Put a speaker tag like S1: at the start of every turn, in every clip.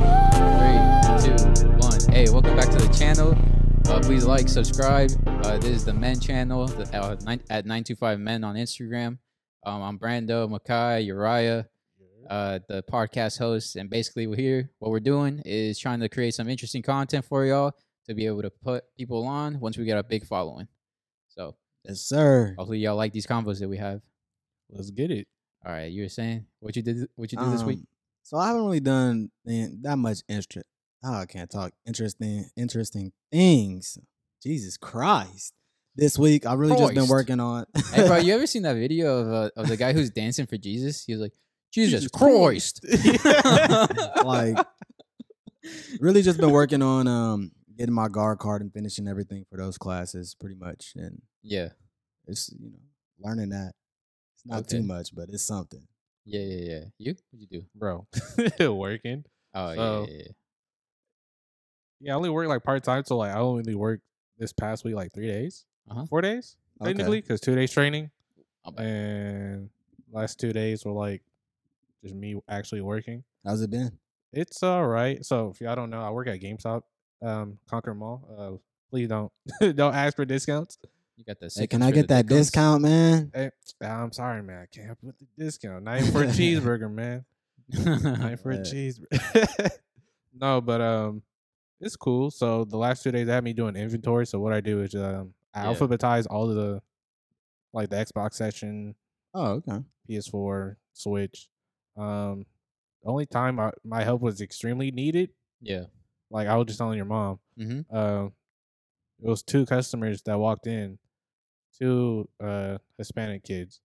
S1: Three, two, one. Hey, welcome back to the channel. Uh, please like, subscribe. Uh, this is the Men Channel the, uh, nine, at 925 Men on Instagram. Um, I'm Brando, Makai, Uriah, uh, the podcast host. And basically, we're here. What we're doing is trying to create some interesting content for y'all to be able to put people on once we get a big following. So
S2: Yes, sir.
S1: hopefully, y'all like these combos that we have.
S3: Let's get it.
S1: All right, you were saying what you did? What you do this week?
S2: Um, So I haven't really done man, that much interest. Oh, I can't talk. Interesting, interesting things. Jesus Christ! This week I really just been
S1: Christ.
S2: working on.
S1: hey, bro, you ever seen that video of uh, of the guy who's dancing for Jesus? He was like, Jesus,
S3: Jesus
S1: Christ.
S2: like really just been working on um getting my guard card and finishing everything for those classes pretty much, and
S1: yeah,
S2: it's you know learning that. It's not
S1: Okay.
S2: too much, but it's something.
S1: yeah, yeah, yeah. You? What you do?
S3: bro. Working.
S1: Oh,
S3: So-
S1: yeah, yeah, yeah.
S3: Yeah, I only work like part time, so like I only work this past week like three days,
S1: Uh-huh.
S3: four days
S2: Okay.
S3: technically, because two days training,
S1: Not bad.
S3: and last two days were like just me actually working.
S2: How's it been?
S3: It's all right. So if y'all don't know, I work at GameStop, um, Conquer Mall. Uh, please don't don't ask for discounts.
S1: You got the
S2: Hey,
S1: sick
S2: can
S1: answer
S2: I
S1: to
S2: get that
S1: Dickos?
S2: discount, man?
S3: Hey, I'm sorry, man. I can't put the discount. Not even for a cheeseburger, man. Not for a
S2: Yeah.
S3: cheeseburger. no, but um, it's cool. So the last two days they had me doing inventory. So what I do is um, I
S1: Yeah.
S3: alphabetize all of the like the Xbox section,
S2: Oh, okay.
S3: PS4, Switch. Um, the only time I, my help was extremely needed,
S1: Yeah.
S3: like I was just telling your mom.
S1: Mhm.
S3: Uh, it was two customers that walked in, two uh Hispanic kids,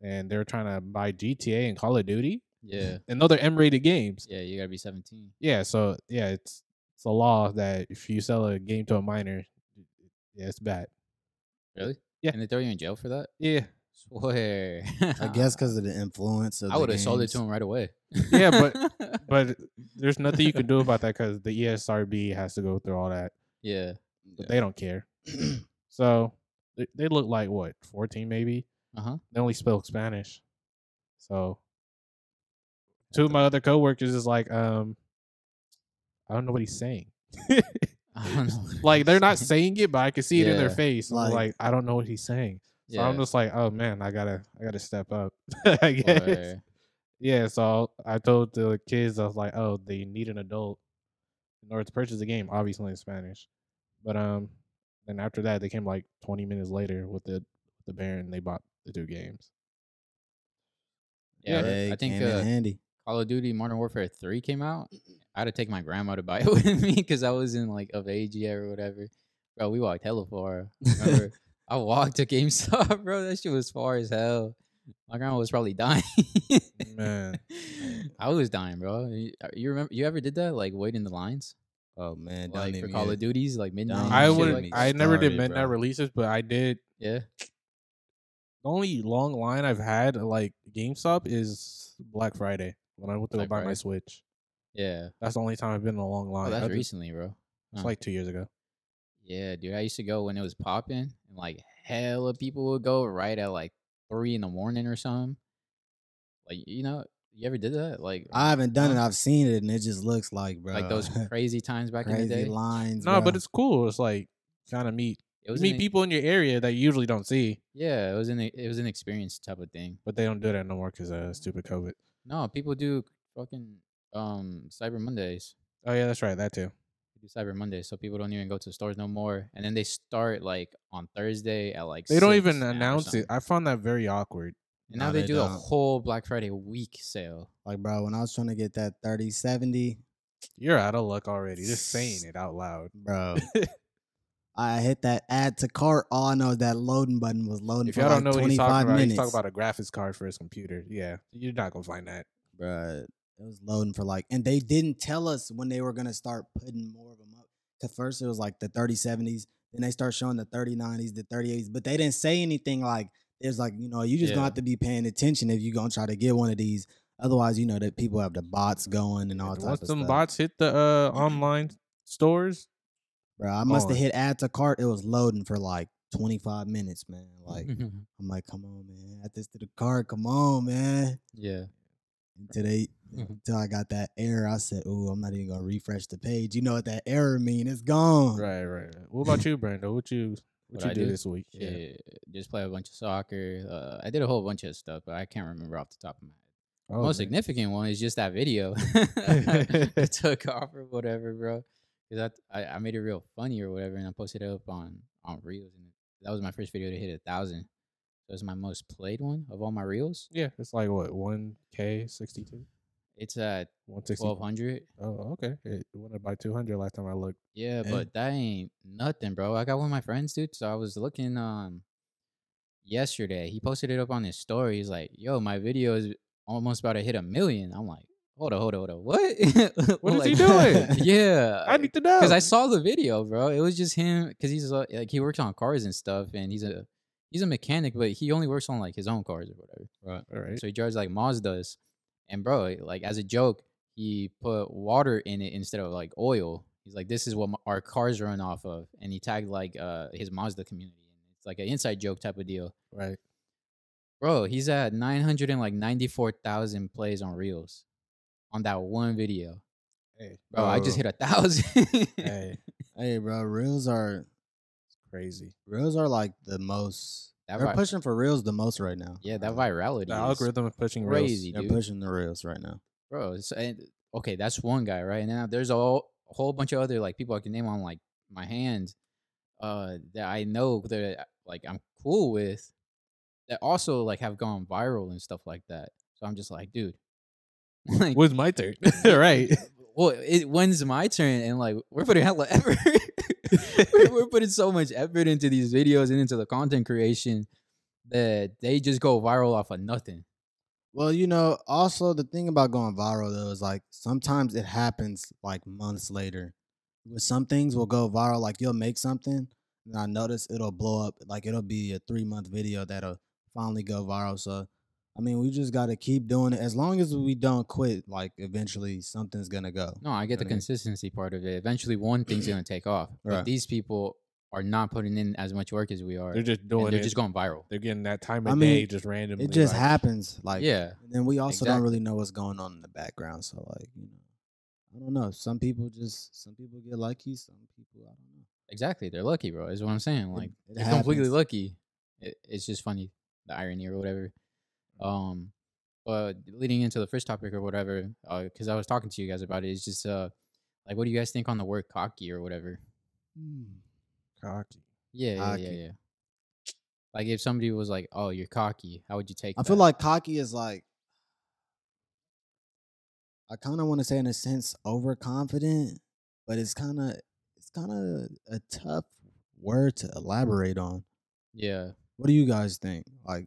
S3: and they were trying to buy GTA and Call of Duty,
S1: Yeah.
S3: and those are M-rated games.
S1: Yeah. You got to be 17.
S3: Yeah, so yeah, it's it's a law that if you sell a game to a minor, yeah, it's bad.
S1: Really?
S3: Yeah.
S1: And they throw you in jail for that?
S3: Yeah,
S1: Swear.
S2: I guess because of the influence of.
S1: Ah. I
S2: the
S1: would have sold it
S2: games.
S1: to him right away.
S3: Yeah, but there's nothing you can do about that because the E ESRB has to go through all that,
S1: yeah.
S3: but they don't care. So they, they look like what 14 maybe.
S1: Uh huh.
S3: They only spoke Spanish, so two of my other coworkers is like, um, I don't know what he's saying.
S1: I don't know.
S3: Like they're not saying it, but I can see it in their
S1: Yeah.
S3: face.
S2: Like-
S3: Like, like I don't know what he's saying. So
S1: Yeah.
S3: I'm just like, oh man, I gotta, I gotta step up. I guess.
S1: Swear.
S3: Yeah. So I told the kids, I was like, oh, they need an adult in order to purchase the game, obviously in Spanish. But um, then after that, they came like 20 minutes later with the the parent, and they bought the two games.
S1: Yeah.
S2: They
S1: I think
S2: came in
S1: uh,
S2: handy.
S1: Call of Duty Modern Warfare 3 came out, I had to take my grandma to buy it with me because I was in like of age yet or whatever. Bro, we walked hella far. Remember, I walked to GameStop, bro. That shit was far as hell. My grandma was probably dying.
S3: Man,
S1: I was dying, bro. You, you remember? You ever did that? Like wait in the lines,
S2: Oh man, don't
S1: like for
S2: even
S1: Call
S2: get-
S1: of Duties, like midnight.
S2: Don't
S1: and
S3: I
S1: shit
S2: even
S3: would,
S2: get
S3: not
S1: like-
S2: me
S3: I never did
S2: started,
S3: midnight
S2: bro.
S3: releases, but I did.
S1: yeah.
S3: The only long line I've had at, like GameStop is Black Friday when I went to go
S1: Black
S3: buy my
S1: Friday.
S3: Switch.
S1: Yeah.
S3: That's the only time I've been in a long line.
S1: Oh, that's
S3: Other-
S1: recently, bro.
S3: It's
S1: huh.
S3: like two years ago.
S1: Yeah, dude. I used to go when it was popping, and like hella people would go right at like three in the morning or something. Like you know, you ever did that? Like
S2: I haven't done it.
S1: Huh?
S2: I've seen it, and it just looks like, bro,
S1: like those crazy times back in the
S2: crazy
S1: day.
S2: lines.
S3: No, but
S2: bruh.
S3: it's cool. It's like kind of meet
S1: It
S3: you
S1: was
S3: meet
S1: an, e-
S3: people in your area that you usually don't see,
S1: Yeah, it was an e- it was an experience type of thing.
S3: but they don't do that no more because uh, stupid COVID.
S1: No, people do fucking um Cyber Mondays.
S3: Oh yeah, that's right. That too.
S1: They do Cyber Monday, so people don't even go to stores no more. And then they start like on Thursday at like
S3: They do don't
S1: six
S3: even
S1: now or
S3: announce it.
S1: something.
S3: I found that very awkward.
S1: And now
S2: No,
S1: they,
S2: they
S1: do a
S2: don't.
S1: whole Black Friday week sale.
S2: like, bro, when I was trying to get that thirty seventy,
S3: You're out of luck already. Just saying it out loud.
S2: bro, I hit that add to cart. All I know is that loading button was loading
S3: If
S2: for
S3: y'all
S2: like
S3: don't know what
S2: twenty
S3: he's
S2: five
S3: talking about,
S2: minutes.
S3: he's talking about a graphics card for his computer. Yeah, you're not gonna find that.
S2: bro, it was loading for like, and they didn't tell us when they were gonna start putting more of them up. At first, it was like the thirty seventies. Then they start showing the thirty nineties, the thirty eighties, but they didn't say anything like it was like you know you just
S1: Yeah.
S2: gonna have to be paying attention if you gonna try to get one of these. Otherwise, you know that people have the bots going and all
S3: And
S2: types
S3: Once
S2: of
S3: them
S2: stuff.
S3: bots hit the uh, online stores,
S2: bro, I must have
S3: on.
S2: hit add to cart. It was loading for like twenty five minutes, man. Like I'm like, come on, man, add this to the cart. Come on, man.
S1: yeah.
S2: And today,
S1: Mhm.
S2: until I got that error, I said, "Ooh, I'm not even gonna refresh the page." You know what that error mean? It's gone.
S3: Right, right. right. What about you, Brando? What you
S1: What
S3: what,
S1: Uh-huh.
S3: you
S1: I
S3: do,
S1: do?
S3: this week?
S1: yeah. Just play a bunch of soccer. Uh, I did a whole bunch of stuff, but I can't remember off the top of my head.
S3: Oh,
S1: most
S3: man.
S1: significant one is just that video it took off or whatever, bro. Because I, I I made it real funny or whatever, and I posted it up on on reels, and that was my first video to hit a thousand. That was my most played one of all my reels.
S3: Yeah, it's like what one k sixty two,
S1: It's at
S3: one sixty.
S1: twelve hundred.
S3: Oh, okay. It went up by two hundred last time I looked.
S1: Yeah,
S2: Yeah.
S1: but that ain't nothing, bro. I got one of my friends, dude. So I was looking um yesterday. He posted it up on his story. He's like, "Yo, my video is almost about to hit a million. I'm like, "Hold on, hold on, hold on. What?
S3: What is he
S1: Like,
S3: doing?
S1: Yeah,
S3: Oh I need to know.
S1: because I saw the video, bro. It was just him because he's uh, like he works on cars and stuff, and he's a he's a mechanic, but he only works on like his own cars or whatever. Right.
S3: All right.
S1: So he drives like Mazdas, and bro, like as a joke, he put water in it instead of like oil. He's like, this is what m- our cars run off of, and he tagged like uh his Mazda community. It's like an inside joke type of deal,
S3: right.
S1: bro. He's at nine hundred and like ninety four thousand plays on Reels on that one video.
S3: Hey,
S1: Bro, I just hit a thousand.
S3: Oh, Hey,
S2: Hey, bro, reels are
S3: it's crazy.
S2: reels are like the most.
S1: That
S2: they're
S1: vi-
S2: pushing for reels the most right now.
S1: Yeah, that virality.
S3: The
S1: is
S3: algorithm is pushing reels.
S1: crazy,
S2: They're
S1: dude.
S2: pushing the reels right now.
S1: Bro, it's, and, okay, that's one guy, right? And now there's a whole, a whole bunch of other like people I can name on like my hand uh that I know that uh, like I'm cool with that also like have gone viral and stuff like that. So I'm just like, dude. Like,
S3: When's my turn? right.
S1: well, it when's my turn, and like we're putting hella effort. we're, we're putting so much effort into these videos and into the content creation that they just go viral off of nothing.
S2: Well, you know, also the thing about going viral though is like sometimes it happens like months later. With some things will go viral, like you'll make something, and I notice it'll blow up. Like it'll be a three month video that'll finally go viral. So, I mean, we just got to keep doing it. As long as we don't quit, like eventually something's gonna go.
S1: No, I get the
S3: what I mean?
S1: consistency part of it. Eventually, one thing's gonna take off. But
S2: Right.
S1: these people are not putting in as much work as we are.
S3: They're
S1: They're just,
S3: just doing it.
S1: just going viral.
S3: They're getting that time of
S2: I
S3: day
S2: mean,
S3: just randomly.
S2: It just
S3: like,
S2: happens. Like
S1: yeah,
S2: And then we also don't
S1: Exactly.
S2: really know what's going on in the background. So like, you know, I don't know. Some people just some people get lucky. Some people I don't know.
S1: exactly. They're lucky, bro. Is what I'm saying. Like
S2: it
S1: they're completely
S2: happens.
S1: lucky. It, it's just funny the irony or whatever.
S2: Mm.
S1: Um, but leading into the first topic or whatever, because I was talking to you guys about it. It's just uh, like what do you guys think on the word cocky or whatever?
S2: Hmm.
S3: cocky.
S1: Yeah, yeah, yeah,
S2: Cocky.
S1: yeah. Like if somebody was like, "Oh, you're cocky," how would you take?
S2: I feel
S1: that?
S2: like cocky is like I kind of want to say in a sense overconfident, but it's kind of it's kind of a tough word to elaborate on.
S1: yeah.
S2: What do you guys think? Like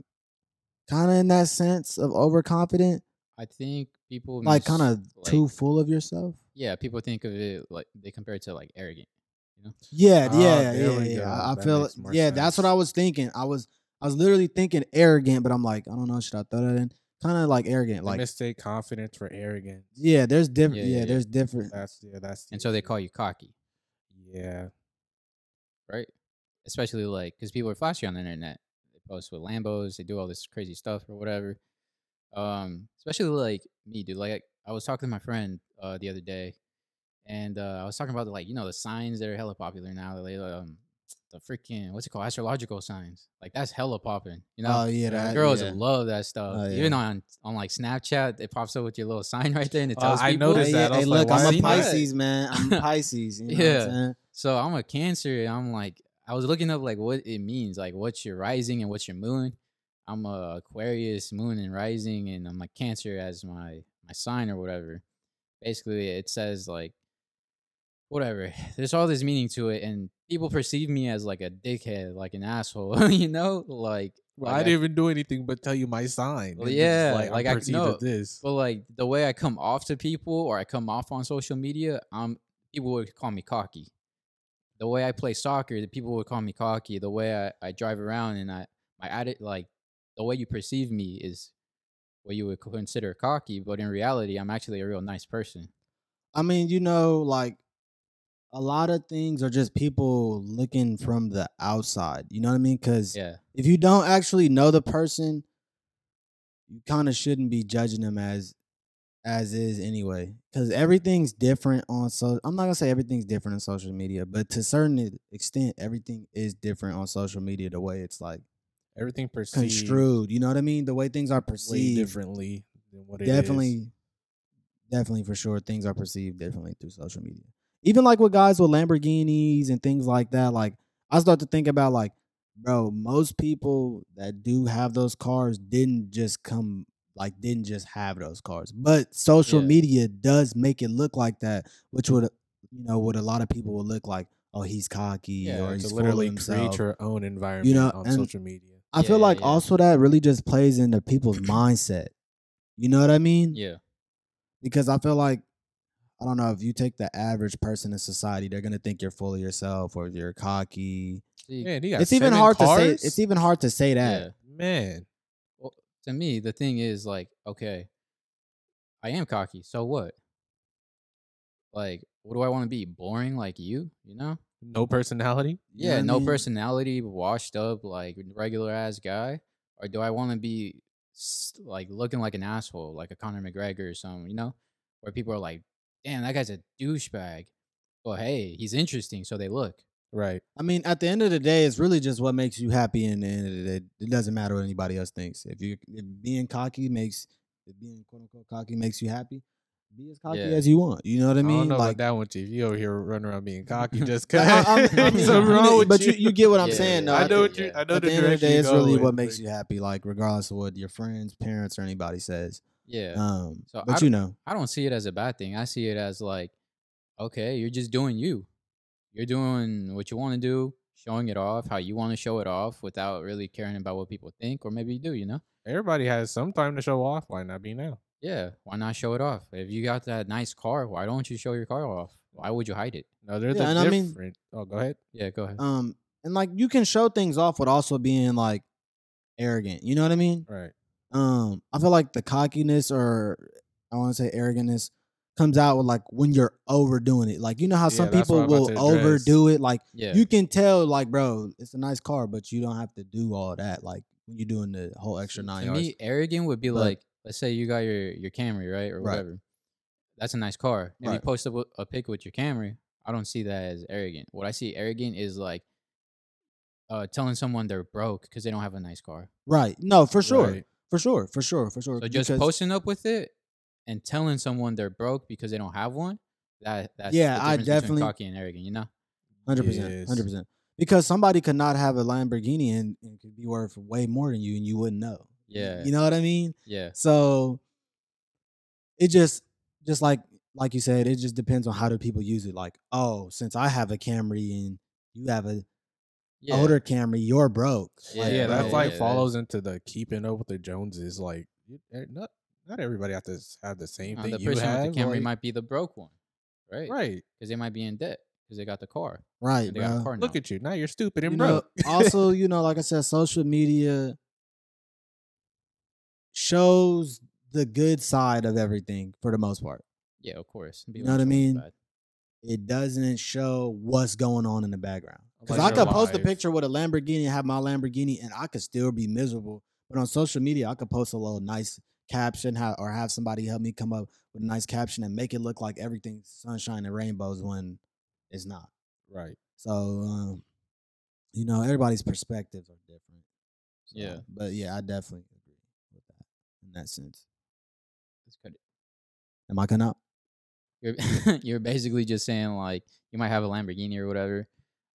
S2: kind of in that sense of overconfident,
S1: I think people
S2: like kind of
S1: mis-
S2: too
S1: like-
S2: full of yourself?
S1: Yeah, people think of it like they compare it to like arrogant.
S2: Yeah,
S3: Ah,
S2: yeah,
S3: there
S2: yeah,
S3: we go.
S2: yeah. I, I
S3: That
S2: feel
S3: makes more
S2: yeah, that's what
S3: sense.
S2: I was thinking. I was I was literally thinking arrogant, but I'm like, I don't know, should I throw that in? Kind of like arrogant,
S3: Like
S2: like
S3: mistake confidence for arrogance.
S2: yeah. There's different.
S1: Yeah,
S2: Yeah,
S1: yeah, yeah.
S2: there's different.
S3: That's yeah. That's
S1: And so they call you cocky,
S3: Yeah.
S1: right? Especially like because people are flashy on the internet. They post with Lambos, they do all this crazy stuff or whatever. Um, especially like me, dude. Like I was talking to my friend uh, the other day, and uh, I was talking about like you know the signs that are hella popular now. Like, um, the freaking what's it called astrological signs. Like that's hella popping. You know,
S2: oh yeah, that,
S1: girls
S2: yeah.
S1: love that stuff.
S2: Oh,
S1: Even
S2: yeah.
S1: on on like Snapchat, it pops up with your little sign right there, and it
S3: Uh,
S1: tells
S3: I
S1: people.
S3: noticed
S2: Hey,
S3: that. I
S2: hey,
S3: was like,
S2: look,
S3: why
S2: I'm
S3: is
S2: a
S3: he not?
S2: Pisces man. I'm a Pisces. You know
S1: Yeah.
S2: what I'm saying?
S1: So I'm a Cancer, and I'm like, I was looking up like what it means, like what's your rising and what's your moon. I'm a Aquarius moon and rising, and I'm like Cancer as my my sign or whatever. Basically, it says like whatever. There's all this meaning to it, and people perceive me as like a dickhead, like an asshole, you know, like
S3: Well,
S1: like,
S3: I didn't even do anything but tell you my sign.
S1: Well,
S3: It's just
S1: yeah,
S3: Like,
S1: like, I-
S3: I'm perceived
S1: no,
S3: as this.
S1: But like the way I come off to people or I come off on social media, um, people would call me cocky. The way I play soccer, the people would call me cocky. The way I, I drive around and I my atti- like the way you perceive me is what you would consider cocky, but in reality, I'm actually a real nice person.
S2: I mean, you know, like a lot of things are just people looking from the outside. You know what I mean? Because
S1: Yeah.
S2: if you don't actually know the person, you kind of shouldn't be judging them as as is anyway. Because everything's different on so. I'm not gonna say everything's different on social media, but to a certain extent, everything is different on social media. The way it's like
S3: Everything perceived
S2: construed. You know what I mean? The way things are
S3: way
S2: perceived
S3: differently than what it is.
S2: definitely, definitely for sure, things are perceived differently through social media. Even like with guys with Lamborghinis and things like that. Like I start to think about like, bro, most people that do have those cars didn't just come like didn't just have those cars, but social
S1: Yeah.
S2: media does make it look like that, which would you know what a lot of people would look like. Oh, he's cocky,
S1: Yeah,
S2: or
S1: to
S2: he's
S3: to
S2: full of
S3: literally
S2: himself.
S3: create your own environment on
S2: and-
S3: social media.
S2: I feel
S1: Yeah,
S2: like
S1: yeah.
S2: also that really just plays into people's mindset. You know what I mean?
S1: Yeah.
S2: because I feel like I don't know if you take the average person in society, they're gonna think you're full of yourself or you're cocky.
S1: See,
S3: Man, he got
S2: It's even
S3: seven
S2: hard to
S3: cars?
S2: say. It's e even hard to say that.
S1: yeah.
S3: man.
S1: To me, the thing is like, okay, I am cocky. So what? Like, what do I want to be? Boring like you? You know?
S3: No personality.
S2: You know
S1: Yeah,
S2: what I
S1: no
S2: mean?
S1: personality, washed up like regular ass guy, or do I want to be s- like looking like an asshole, like a Conor McGregor or something? You know, where people are like, "Damn, that guy's a douchebag," but hey, he's interesting, so they look.
S3: Right.
S2: I mean, at the end of the day, it's really just what makes you happy. And the end of the day, it doesn't matter what anybody else thinks. If you if being cocky makes if being quote unquote cocky makes you happy, be as cocky
S1: Yeah.
S2: as you want. You know what I
S3: I,
S2: mean?
S3: don't know
S2: like
S3: about that one, Chief. You over here running around being cocky just
S2: I-
S3: because.
S2: I- I'm- I mean,
S3: Something
S2: I mean,
S3: wrong with
S2: but you, you get what I'm
S1: Yeah,
S2: saying.
S1: yeah,
S2: though.
S1: yeah.
S2: I
S3: I know
S2: think-
S3: what you.
S1: yeah.
S3: I know
S2: At
S3: the
S2: the end of the
S3: direction
S2: day,
S3: you
S2: it's
S3: go
S2: really
S3: with,
S2: what makes
S3: like-
S2: you happy. Like regardless of what your friends, parents, or anybody says.
S1: Yeah,
S2: Um,
S1: So I
S2: but
S1: don't-
S2: you know,
S1: I don't see it as a bad thing. I see it as like, okay, you're just doing you. You're doing what you want to do, showing it off how you want to show it off, without really caring about what people think, or maybe you do. You know?
S3: Everybody has some time to show off. Why not be now?
S1: Yeah, why not show it off? If you got that nice car, why don't you show your car off? Why would you hide it?
S3: No, there's
S2: Yeah,
S3: a
S2: and I mean-
S3: different. oh, go ahead.
S1: Yeah, go ahead.
S2: um, and like you can show things off with also being like arrogant. You know what I mean?
S3: Right.
S2: Um, I feel like the cockiness or I want to say arrogantness comes out with like when you're overdoing it. Like you know how some
S3: Yeah, that's what
S2: people
S3: I'm about
S2: will
S3: to address.
S2: overdo it. Like
S1: yeah,
S2: you can tell, like bro, it's a nice car, but you don't have to do all that. Like when you're doing the whole extra
S1: See,
S2: nine
S1: to
S2: yards.
S1: me, arrogant would be
S2: But-
S1: like, let's say you got your your Camry, right, or
S2: Right.
S1: whatever. That's a nice car, and you
S2: Right.
S1: post up a, a pic with your Camry. I don't see that as arrogant. What I see arrogant is like uh, telling someone they're broke because they don't have a nice car.
S2: right? No, for sure,
S3: Right.
S2: for sure, for sure, for sure.
S1: So just
S2: because-
S1: posting up with it and telling someone they're broke because they don't have one. That that's
S2: Yeah,
S1: the
S2: I
S1: difference between
S2: definitely-
S1: cocky and arrogant. You know?
S2: Hundred percent,
S3: Yes.
S2: hundred percent. Because somebody could not have a Lamborghini and, and could be worth way more than you, and you wouldn't know. Y-
S1: Yeah.
S2: you know what I mean.
S1: Yeah.
S2: So it just, just like like you said, it just depends on how do people use it. Like, oh, since I have a Camry and you have a
S1: Yeah.
S2: older Camry, you're broke.
S1: Yeah,
S3: Yeah,
S1: right,
S3: that's
S1: yeah,
S3: like
S1: that-
S3: follows into the keeping up with the Joneses. Like, you- eh, not not everybody have to s- have the same
S1: Now,
S3: thing.
S1: the
S3: you
S1: person
S3: have,
S1: with the Camry
S3: like-
S1: might be the broke one, right?
S3: right.
S1: Because they might be in debt because they got the car.
S2: right,
S1: and They got a
S2: bro.
S1: car now.
S3: Look at you now. You're stupid and
S2: You know,
S3: broke.
S2: also, you know, like I said, social media shows the good side of everything for the most part.
S1: Yeah, of course.
S2: You know what I mean? it doesn't show what's going on in the background. Because
S3: Like
S2: I
S3: your
S2: could post a
S3: life.
S2: picture with a Lamborghini and have my Lamborghini, and I could still be miserable. But on social media, I could post a little nice caption, ha- or have somebody help me come up with a nice caption and make it look like everything's sunshine and rainbows when it's not.
S3: Right.
S2: So, um, you know, everybody's perspectives are different. So,
S1: Yeah.
S2: but yeah, I definitely agree with that in that sense.
S1: That's good.
S2: Am I coming up?
S1: You're, you're basically just saying like you might have a Lamborghini or whatever,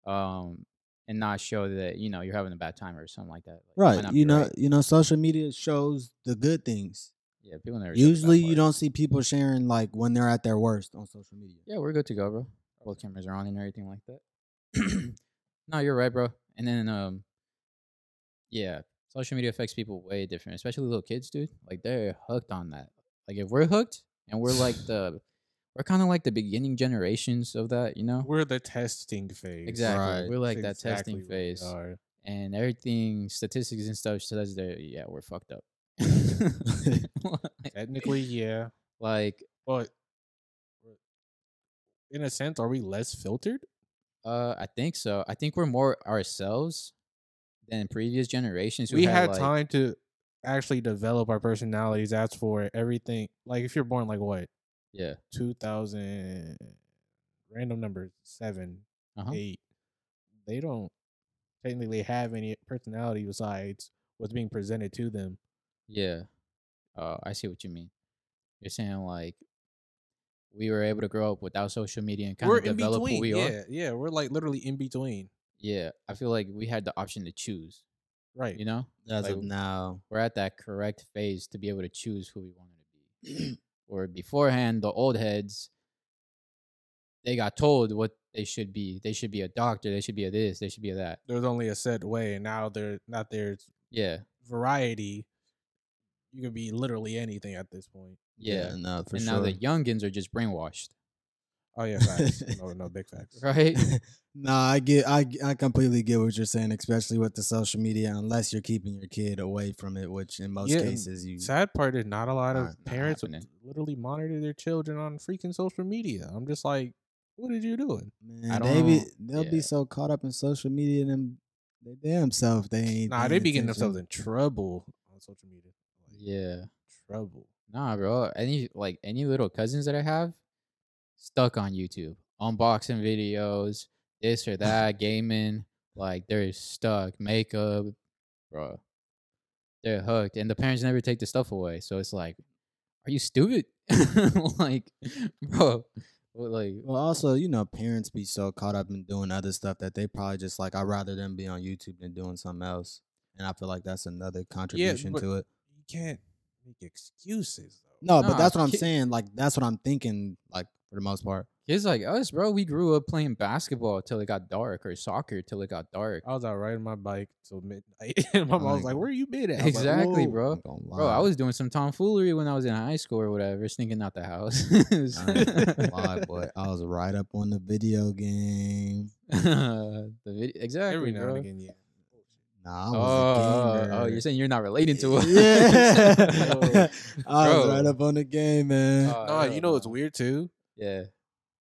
S1: um, and not show that you know you're having a bad time or something like that. Like, it might
S2: Right.
S1: not
S2: You
S1: be
S2: know,
S1: right.
S2: you know, social media shows the good things.
S1: Yeah, people never. show the bad
S2: Usually, you
S1: part.
S2: don't see people sharing like when they're at their worst on social media.
S1: Yeah, we're good to go, bro. Both cameras are on and everything like that. no, you're right, bro. And then, um, yeah, social media affects people way different, especially little kids, dude. Like they're hooked on that. Like if we're hooked, and we're like the, we're kind of like the beginning generations of that, you know.
S3: We're the testing phase.
S1: Uh-huh. Exactly.
S2: Right.
S1: We're like
S3: That's
S1: that testing
S3: exactly what we
S1: phase,
S3: are.
S1: and everything, statistics and stuff says that yeah, we're fucked up.
S3: Technically, yeah,
S1: like
S3: but in a sense, are we less filtered?
S1: Uh, I think so. I think we're more ourselves than previous generations. who
S3: we had
S1: like-
S3: time to actually develop our personalities. That's for everything. Like if you're born like what
S1: Yeah.
S3: two thousand random numbers seven
S1: Uh-huh.
S3: eight, they don't technically have any personality besides what's being presented to them.
S1: Yeah. Uh, I see what you mean. You're saying like we were able to grow up without social media and kind
S3: we're
S1: of develop
S3: in between.
S1: who we
S3: yeah,
S1: are.
S3: yeah, we're like literally in between.
S1: Yeah. I feel like we had the option to choose.
S3: Right.
S1: You know,
S2: As
S1: Like-
S2: of now,
S1: we're at that correct phase to be able to choose who we wanted to be. or beforehand, the old heads, they got told what they should be. They should be a doctor. They should be a this. They should be a that.
S3: There's only a set way, and now there not there's
S1: Yeah.
S3: variety. You could be literally anything at this point.
S1: Yeah.
S2: no, for
S1: and
S2: sure.
S1: now the youngins are just brainwashed,
S3: Oh yeah, facts. no, no, big facts.
S1: right?
S2: nah, I get, I, I completely get what you're saying, especially with the social media. Unless you're keeping your kid away from it, which in most
S3: Yeah,
S2: cases you.
S3: Sad part is not a lot of
S1: Nah, not
S3: parents
S1: happening.
S3: literally monitor their children on freaking social media. I'm just like, what are you doing?
S2: Man,
S1: I
S2: they be,
S1: don't-
S2: they'll be
S1: yeah.
S2: so caught up in social media and they damn self they ain't.
S3: Nah, they
S2: paying
S3: be
S2: attention.
S3: getting themselves in trouble on social media. Like,
S1: yeah.
S3: trouble.
S1: Nah, bro. Any like any little cousins that I have stuck on YouTube, unboxing videos, this or that, gaming. Like they're stuck, makeup, bro. They're hooked, and the parents never take the stuff away. So it's like, are you stupid? like, bro, what, like
S2: Well, also, you know, parents be so caught up in doing other stuff that they probably just like, I'd rather them be on YouTube than doing something else. And I feel like that's another contribution
S3: but-
S2: to it.
S3: You can't make excuses though.
S2: No,
S1: nah,
S2: but that's what I'm
S1: ki-
S2: saying. Like, that's what I'm thinking, like, for the most part.
S1: kids like us, bro. We grew up playing basketball till it got dark, or soccer till it got dark.
S3: I was out riding my bike till midnight, and my mom was
S2: my
S3: like,
S2: God.
S3: "Where you been at?" I was like,
S1: Exactly,
S3: "Whoa."
S1: bro.
S2: Ain't gonna
S1: Bro, I
S2: lie.
S1: was doing some tomfoolery when I was in high school or whatever, sneaking out the house.
S2: I ain't gonna lie, boy. I was right up on the video game.
S1: the vid- exactly.
S3: Every now
S1: bro.
S3: and again, yeah.
S2: Nah, I
S1: oh,
S2: was a gamer.
S1: oh, oh, you're saying you're not related to us?
S2: Yeah. I was
S1: Bro.
S2: right up on the game, man.
S1: Oh,
S3: No, you
S1: hell
S3: know what's
S1: no.
S3: weird too.
S1: Yeah.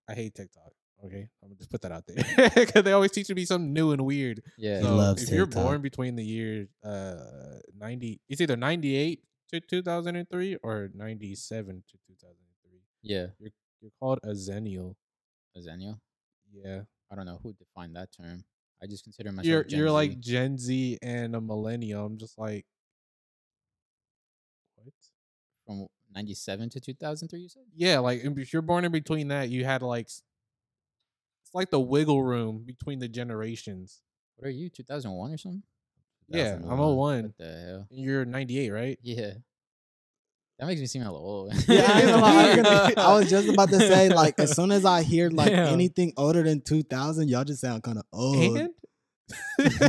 S3: I hate TikTok. Okay, I'm gonna just put that out there because they always teach me something new and weird.
S1: Yeah.
S2: He
S3: So
S2: loves
S3: if you're
S2: TikTok.
S3: born between the year uh 90, it's either 98 to 2003 or 97 to 2003.
S1: yeah.
S3: You're called a zennial.
S1: Zennial.
S3: Yeah,
S1: I don't know who defined that term. I just consider myself.
S3: you're
S1: Gen
S3: you're
S1: Z.
S3: like Gen Z and a millennial. I'm just like, what?
S1: from '97 to 2003. You said.
S3: Yeah, like in- if you're born in between that, you had like s- it's like the wiggle room between the generations.
S1: What are you? 2001 or something?
S3: Yeah, I'm
S2: 2001.
S3: a one.
S1: What the hell?
S3: You're 98, right?
S1: Yeah. That makes me seem a little old.
S2: Yeah, I, ain't gonna lie, I was
S3: Yeah.
S2: gonna- I was just about to say, like, as soon as I hear like
S3: Damn.
S2: anything older than two thousand, y'all just sound kind of old.
S3: And you ever seen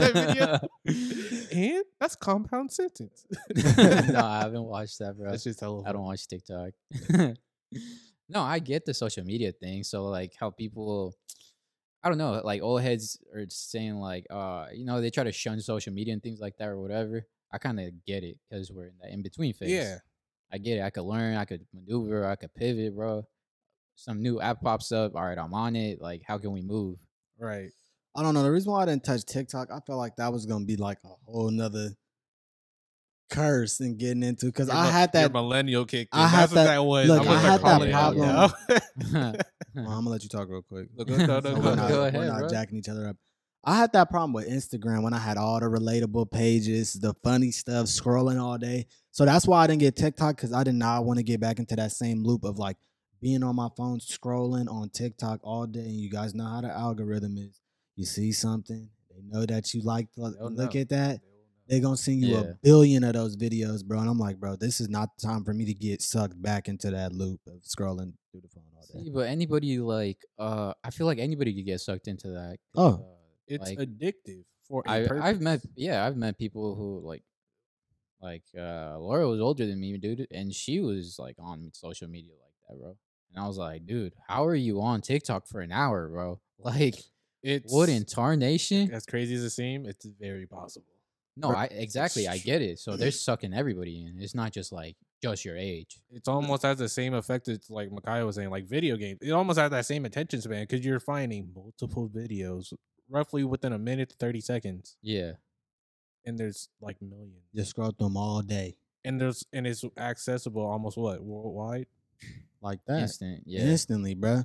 S3: that video? and that's compound sentence.
S1: no, I haven't watched that, bro.
S3: That's just hella
S1: I
S3: funny.
S1: don't watch TikTok. no, I get the social media thing. So like how people I don't know, like old heads are saying like uh, you know, they try to shun social media and things like that or whatever. I kind of get it cuz we're in that in between phase.
S3: Yeah,
S1: I get it. I could learn, I could maneuver, I could pivot, bro. Some new app pops up. All right, I'm on it. Like how can we move?
S3: right.
S2: I don't know. The reason why I didn't touch TikTok, I felt like that was gonna be like a whole nother curse and getting into because
S3: Your
S2: I
S3: mi-
S2: had
S3: your
S2: that.
S3: millennial kick.
S2: I
S3: in.
S2: had
S3: That's what
S2: that-
S3: that was. "Oh,
S2: look,
S3: I'm
S1: I
S3: gonna
S1: had
S3: call
S1: that
S3: it out
S1: problem.
S3: now.
S2: I'm gonna let you talk real quick.
S3: Look, let's go,
S1: So
S2: So
S3: let's
S1: No,
S2: we're
S1: go,
S2: not,
S1: go
S2: we're
S1: ahead,
S2: not
S1: bro.
S2: jacking each other up. I had that problem with Instagram when I had all the relatable pages, the funny stuff, scrolling all day. So that's why I didn't get TikTok because I did not want to get back into that same loop of like being on my phone, scrolling on TikTok all day. And you guys know how the algorithm is. You see something, they know that you like to
S3: They'll
S2: look
S3: know.
S2: at that.
S3: They'll
S2: They're gonna send you
S1: Yeah.
S2: a billion of those videos, bro. And I'm like, bro, this is not the time for me to get sucked back into that loop of scrolling through the phone all day.
S1: See, but anybody like uh I feel like anybody could get sucked into that. 'cause,
S2: Oh.
S1: uh,
S3: It's
S1: like-
S3: addictive for a
S1: I, I've
S3: purpose.
S1: met yeah, I've met people who like like uh Laura was older than me, dude, and she was like on social media like that, bro. And I was like, dude, how are you on TikTok for an hour, bro? Like
S3: It's
S1: what in tarnation?
S3: As crazy as it seems, it's very possible.
S1: No,
S2: Right.
S1: I exactly. I get it. So they're sucking everybody in. It's not just like just your age.
S3: It's almost has the same effect as like Makayo was saying, like video games. It almost has that same attention span because you're finding multiple videos roughly within a minute to thirty seconds,
S1: Yeah.
S3: and there's like millions,
S2: Just scroll through them all day
S3: and there's and it's accessible almost what worldwide.
S2: like that
S1: Instant. Yeah.
S2: instantly, bruh.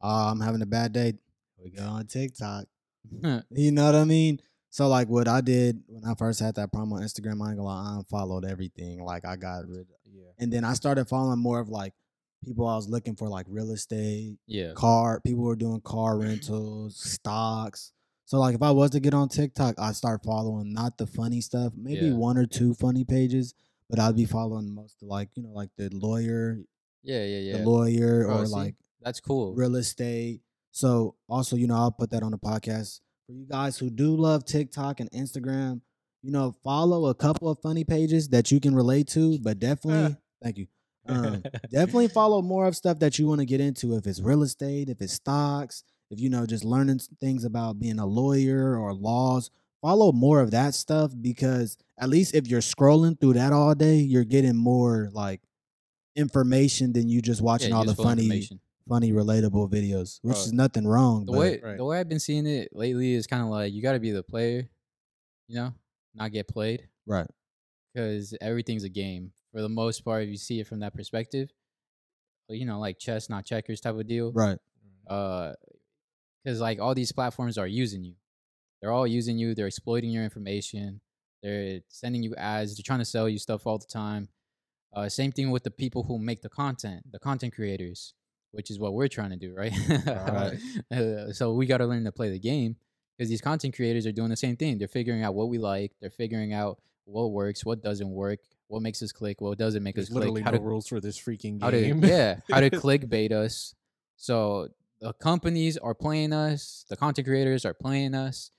S2: Oh, I'm having a bad day. We go on TikTok.
S1: yeah.
S2: You know what I mean? So like what I did when I first had that problem on Instagram, I ain't gonna lie, I unfollowed everything. Like I got rid
S3: Yeah,
S2: and then I started following more of like people I was looking for, like real estate,
S1: Yeah.
S2: car. People were doing car rentals, stocks. So like if I was to get on TikTok, I'd start following not the funny stuff, maybe
S1: Yeah.
S2: one or two funny pages, but I'd be following most of like you know like the lawyer,
S1: Yeah. Yeah.
S2: the lawyer,
S1: Bro,
S2: or
S1: see,
S2: like
S1: That's cool.
S2: real estate. So also, you know, I'll put that on the podcast for you guys who do love TikTok and Instagram. You know, follow a couple of funny pages that you can relate to, but definitely, thank you. Um, definitely follow more of stuff that you want to get into. If it's real estate, if it's stocks, if you know, just learning s- things about being a lawyer or laws. Follow more of that stuff because at least if you're scrolling through that all day, you're getting more like information than you just watching all the
S1: useful
S2: funny
S1: information.
S2: funny, relatable videos, which
S3: Uh,
S2: is nothing wrong.
S1: The
S2: but
S1: way
S3: Right.
S1: the way I've been seeing it lately is kind of like you got to be the player, you know, not get played
S2: right,
S1: because everything's a game for the most part. If you see it from that perspective, you know, like chess, not checkers type of deal.
S2: right,
S3: Mm.
S1: because uh, like all these platforms are using you. They're all using you. They're exploiting your information. They're sending you ads. They're trying to sell you stuff all the time. Uh, same thing with the people who make the content, the content creators, which is what we're trying to do, right?
S3: Right.
S1: Uh, so we got to learn to play the game because these content creators are doing the same thing. They're figuring out what we like. They're figuring out what works, what doesn't work, what makes us click, what doesn't make
S3: there's
S1: us click,
S3: literally
S1: how
S3: no
S1: to
S3: rules for this freaking
S1: how
S3: game.
S1: to yeah how to clickbait us so the companies are playing us the content creators are playing us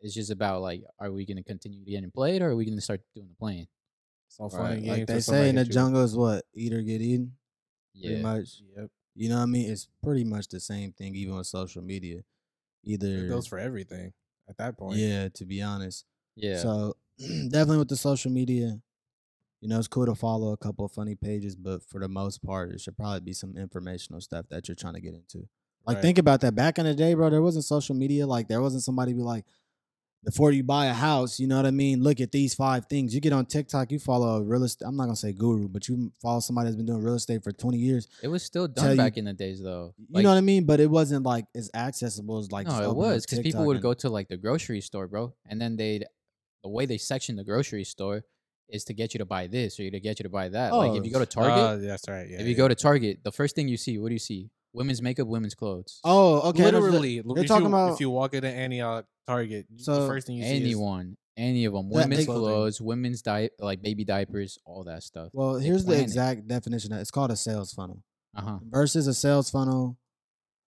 S1: it's just about like are we going to continue getting played or are we going to start doing the playing
S3: It's all fun
S1: Right,
S3: and
S2: like
S3: games till
S2: they
S3: somebody
S2: say in the
S3: hits you with-
S2: jungle is what eat or get eaten. Pretty
S1: yeah
S2: much,
S3: Yep,
S2: you know what I mean. It's pretty much the same thing, even with social media. Either
S3: it goes for everything at that point.
S2: yeah, to be honest.
S1: yeah
S2: So definitely with the social media, you know, it's cool to follow a couple of funny pages, but for the most part, it should probably be some informational stuff that you're trying to get into. Like
S3: Right.
S2: think about that. Back in the day, bro, there wasn't social media. Like there wasn't somebody be like, before you buy a house, you know what I mean? Look at these five things. You get on TikTok, you follow a real estate. I'm not gonna say guru, but you follow somebody that's been doing real estate for 20 years.
S1: it was still
S2: tell
S1: done
S2: you-
S1: back in the days though
S2: You
S1: Like,
S2: know what I mean? But it wasn't like as accessible as like just
S1: no it
S2: opening up
S1: was because people
S2: TikTok
S1: would
S2: and-
S1: go to like the grocery store bro and then they'd the way they section the grocery store is to get you to buy this or to get you to buy that
S2: Oh,
S1: like if you go to target
S3: Ah, that's right. Yeah,
S1: if you
S3: yeah.
S1: go to target the first thing you see what do you see women's makeup women's clothes
S2: Oh, okay. there's the-
S3: literally, if
S2: talking
S3: you,
S2: about-
S3: if you walk into Antioch Target, so
S2: So,
S3: the first thing you see is
S1: anyone, any of them,
S2: That
S1: women's
S2: they-
S1: clothes, women's di- like baby diapers, all that stuff.
S2: Well,
S1: They
S2: here's the
S1: plan it.
S2: exact definition. Of, it's called a sales funnel
S1: Uh huh.
S2: versus a sales funnel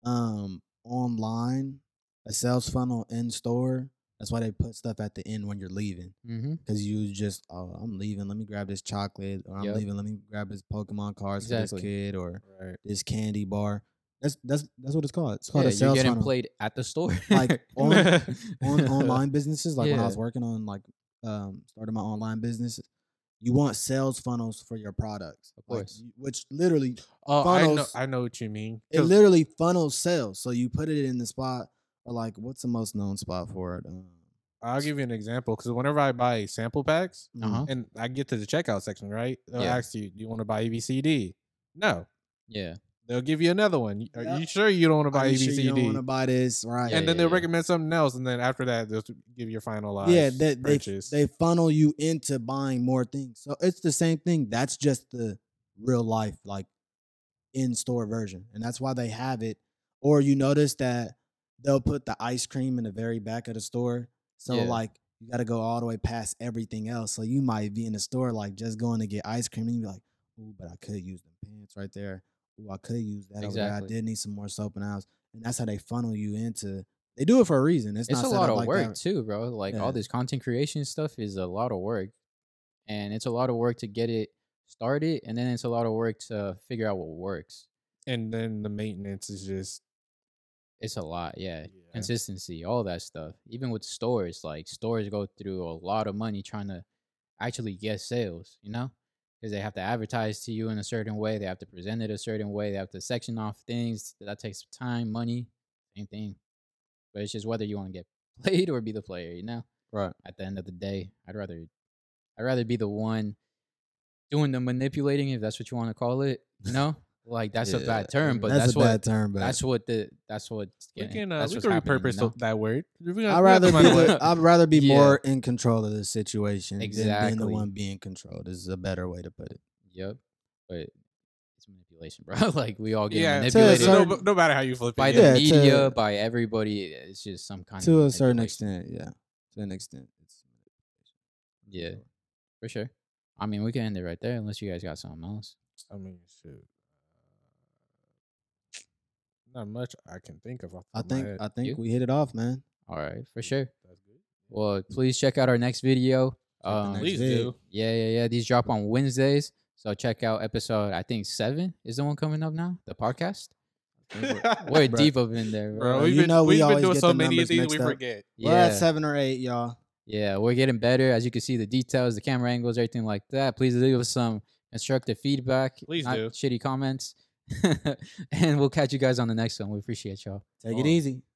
S2: um, online, a sales funnel in store. That's why they put stuff at the end when you're leaving
S1: Mm-hmm.
S2: because you just, oh, I'm leaving. Let me grab this chocolate or I'm
S1: Yep.
S2: leaving. Let me grab this Pokemon cards
S1: Exactly.
S2: for this kid or
S3: Right.
S2: this candy bar. That's that's that's what it's called. It's called
S1: Yeah,
S2: a
S1: you're
S2: sales
S1: getting
S2: funnel.
S1: played at the store,
S2: Like, on- on online businesses, like when I
S1: Yeah.
S2: was working on like um starting my online business, you want sales funnels for your products.
S1: Of
S2: like,
S1: course.
S2: you- which literally
S3: Oh, I know,
S2: Funnels.
S3: I know what you mean.
S2: it
S3: 'Cause
S2: literally funnels sales. So you put it in the spot or like what's the most known spot for it? Um,
S3: I'll give you an example because whenever I buy sample packs
S2: hmm,
S1: Uh-huh.
S3: and I get to the checkout section, right? They'll
S1: Yeah.
S3: ask you, "Do you want to buy ABCD?" No,
S1: yeah,
S3: they'll give you another one. "You- Are
S2: Yep.
S3: you sure you don't want to buy
S2: Are you sure you don't
S3: ABCD?
S2: want to buy this, right?
S1: Yeah,
S3: and
S1: yeah,
S3: then they'll
S1: yeah.
S3: recommend something else, and then after that, they'll give your final
S2: yeah, they, they
S3: purchase.
S2: they funnel you into buying more things. So it's the same thing. That's just the real life, like in store version, and that's why they have it. Or you notice that they'll put the ice cream in the very back of the store. So
S1: Yeah.
S2: like you got to go all the way past everything else. So you might be in the store like just going to get ice cream, and you be like, "Ooh, but I could use them pants right there. Ooh, I could use that over there. I
S1: Exactly.
S2: did need some more soap and house." And that's how they funnel you into. They do it for a reason. It's,
S1: it's
S2: not
S1: a
S2: set
S1: lot
S2: up
S1: of
S2: like
S1: work
S2: that.
S1: too, bro. Like
S2: Yeah.
S1: all this content creation stuff is a lot of work, and it's a lot of work to get it started, and then it's a lot of work to figure out what works.
S3: and then the maintenance is just
S1: It's a lot, yeah.
S3: Yeah.
S1: Consistency, all that stuff. Even with stores, like stores go through a lot of money trying to actually get sales, you know? Because they have to advertise to you in a certain way, they have to present it a certain way, they have to section off things. That takes time, money, same thing. But it's just whether you want to get played or be the player, you know?
S2: Right.
S1: at the end of the day. I'd rather I'd rather be the one doing the manipulating, if that's what you want to call it. You know? Like that's a
S4: Yeah,
S1: bad term, but
S2: that's,
S1: that's,
S2: a
S1: what
S2: bad term, but
S1: that's what the that's what
S3: We can, uh,
S1: that's
S3: we
S1: what's
S3: can
S1: happening,
S3: repurpose
S1: you know?
S3: tho- that word. We gonna-
S2: I'd
S3: we
S2: rather
S3: gonna
S2: be
S3: come up with-
S2: the, I'd rather be
S1: Yeah.
S2: more in control of the situation than being
S1: Exactly.
S2: the one being controlled. This is a better way to put it.
S1: Yep. But it's manipulation, bro. like we all get
S3: yeah,
S2: To a
S1: manipulated
S2: certain-
S3: no, no matter how you flip it.
S1: by
S3: yeah.
S1: the
S2: Yeah, to-
S1: media, by everybody. It's just some kind of
S2: To a certain
S1: manipulation.
S2: extent, yeah. To an extent. It's
S1: Yeah. For sure. I mean we can end it right there unless you guys got something else.
S3: I mean, shoot. uh, Not much I can think of. Off the
S2: I
S3: top of my
S2: think
S3: head.
S2: I think
S1: You?
S2: we hit it off, man.
S1: All right, for sure.
S3: That's good.
S1: Well, please check out our next video.
S2: Mm. the
S1: Um,
S2: next
S3: Please
S2: vid.
S3: do.
S1: Yeah, yeah, yeah. These drop on Wednesdays. So check out episode, I think seven is the one coming up now, the podcast. We're
S2: Bruh.
S1: deep up in there, bro.
S3: Bro,
S2: Bro,
S3: we've
S2: you
S3: been,
S2: know we
S3: we've been
S2: always
S3: doing
S2: get
S3: so
S2: the
S3: many of
S2: numbers
S3: these,
S2: mixed
S3: we
S2: up.
S3: forget.
S2: We're
S1: Yeah,
S2: at seven or eight, y'all.
S1: yeah, we're getting better. As you can see, the details, the camera angles, everything like that. Please leave us some constructive feedback.
S3: Please
S1: not
S3: do.
S1: shitty comments. and we'll catch you guys on the next one. We appreciate y'all.
S2: Take
S1: Oh.
S2: it easy.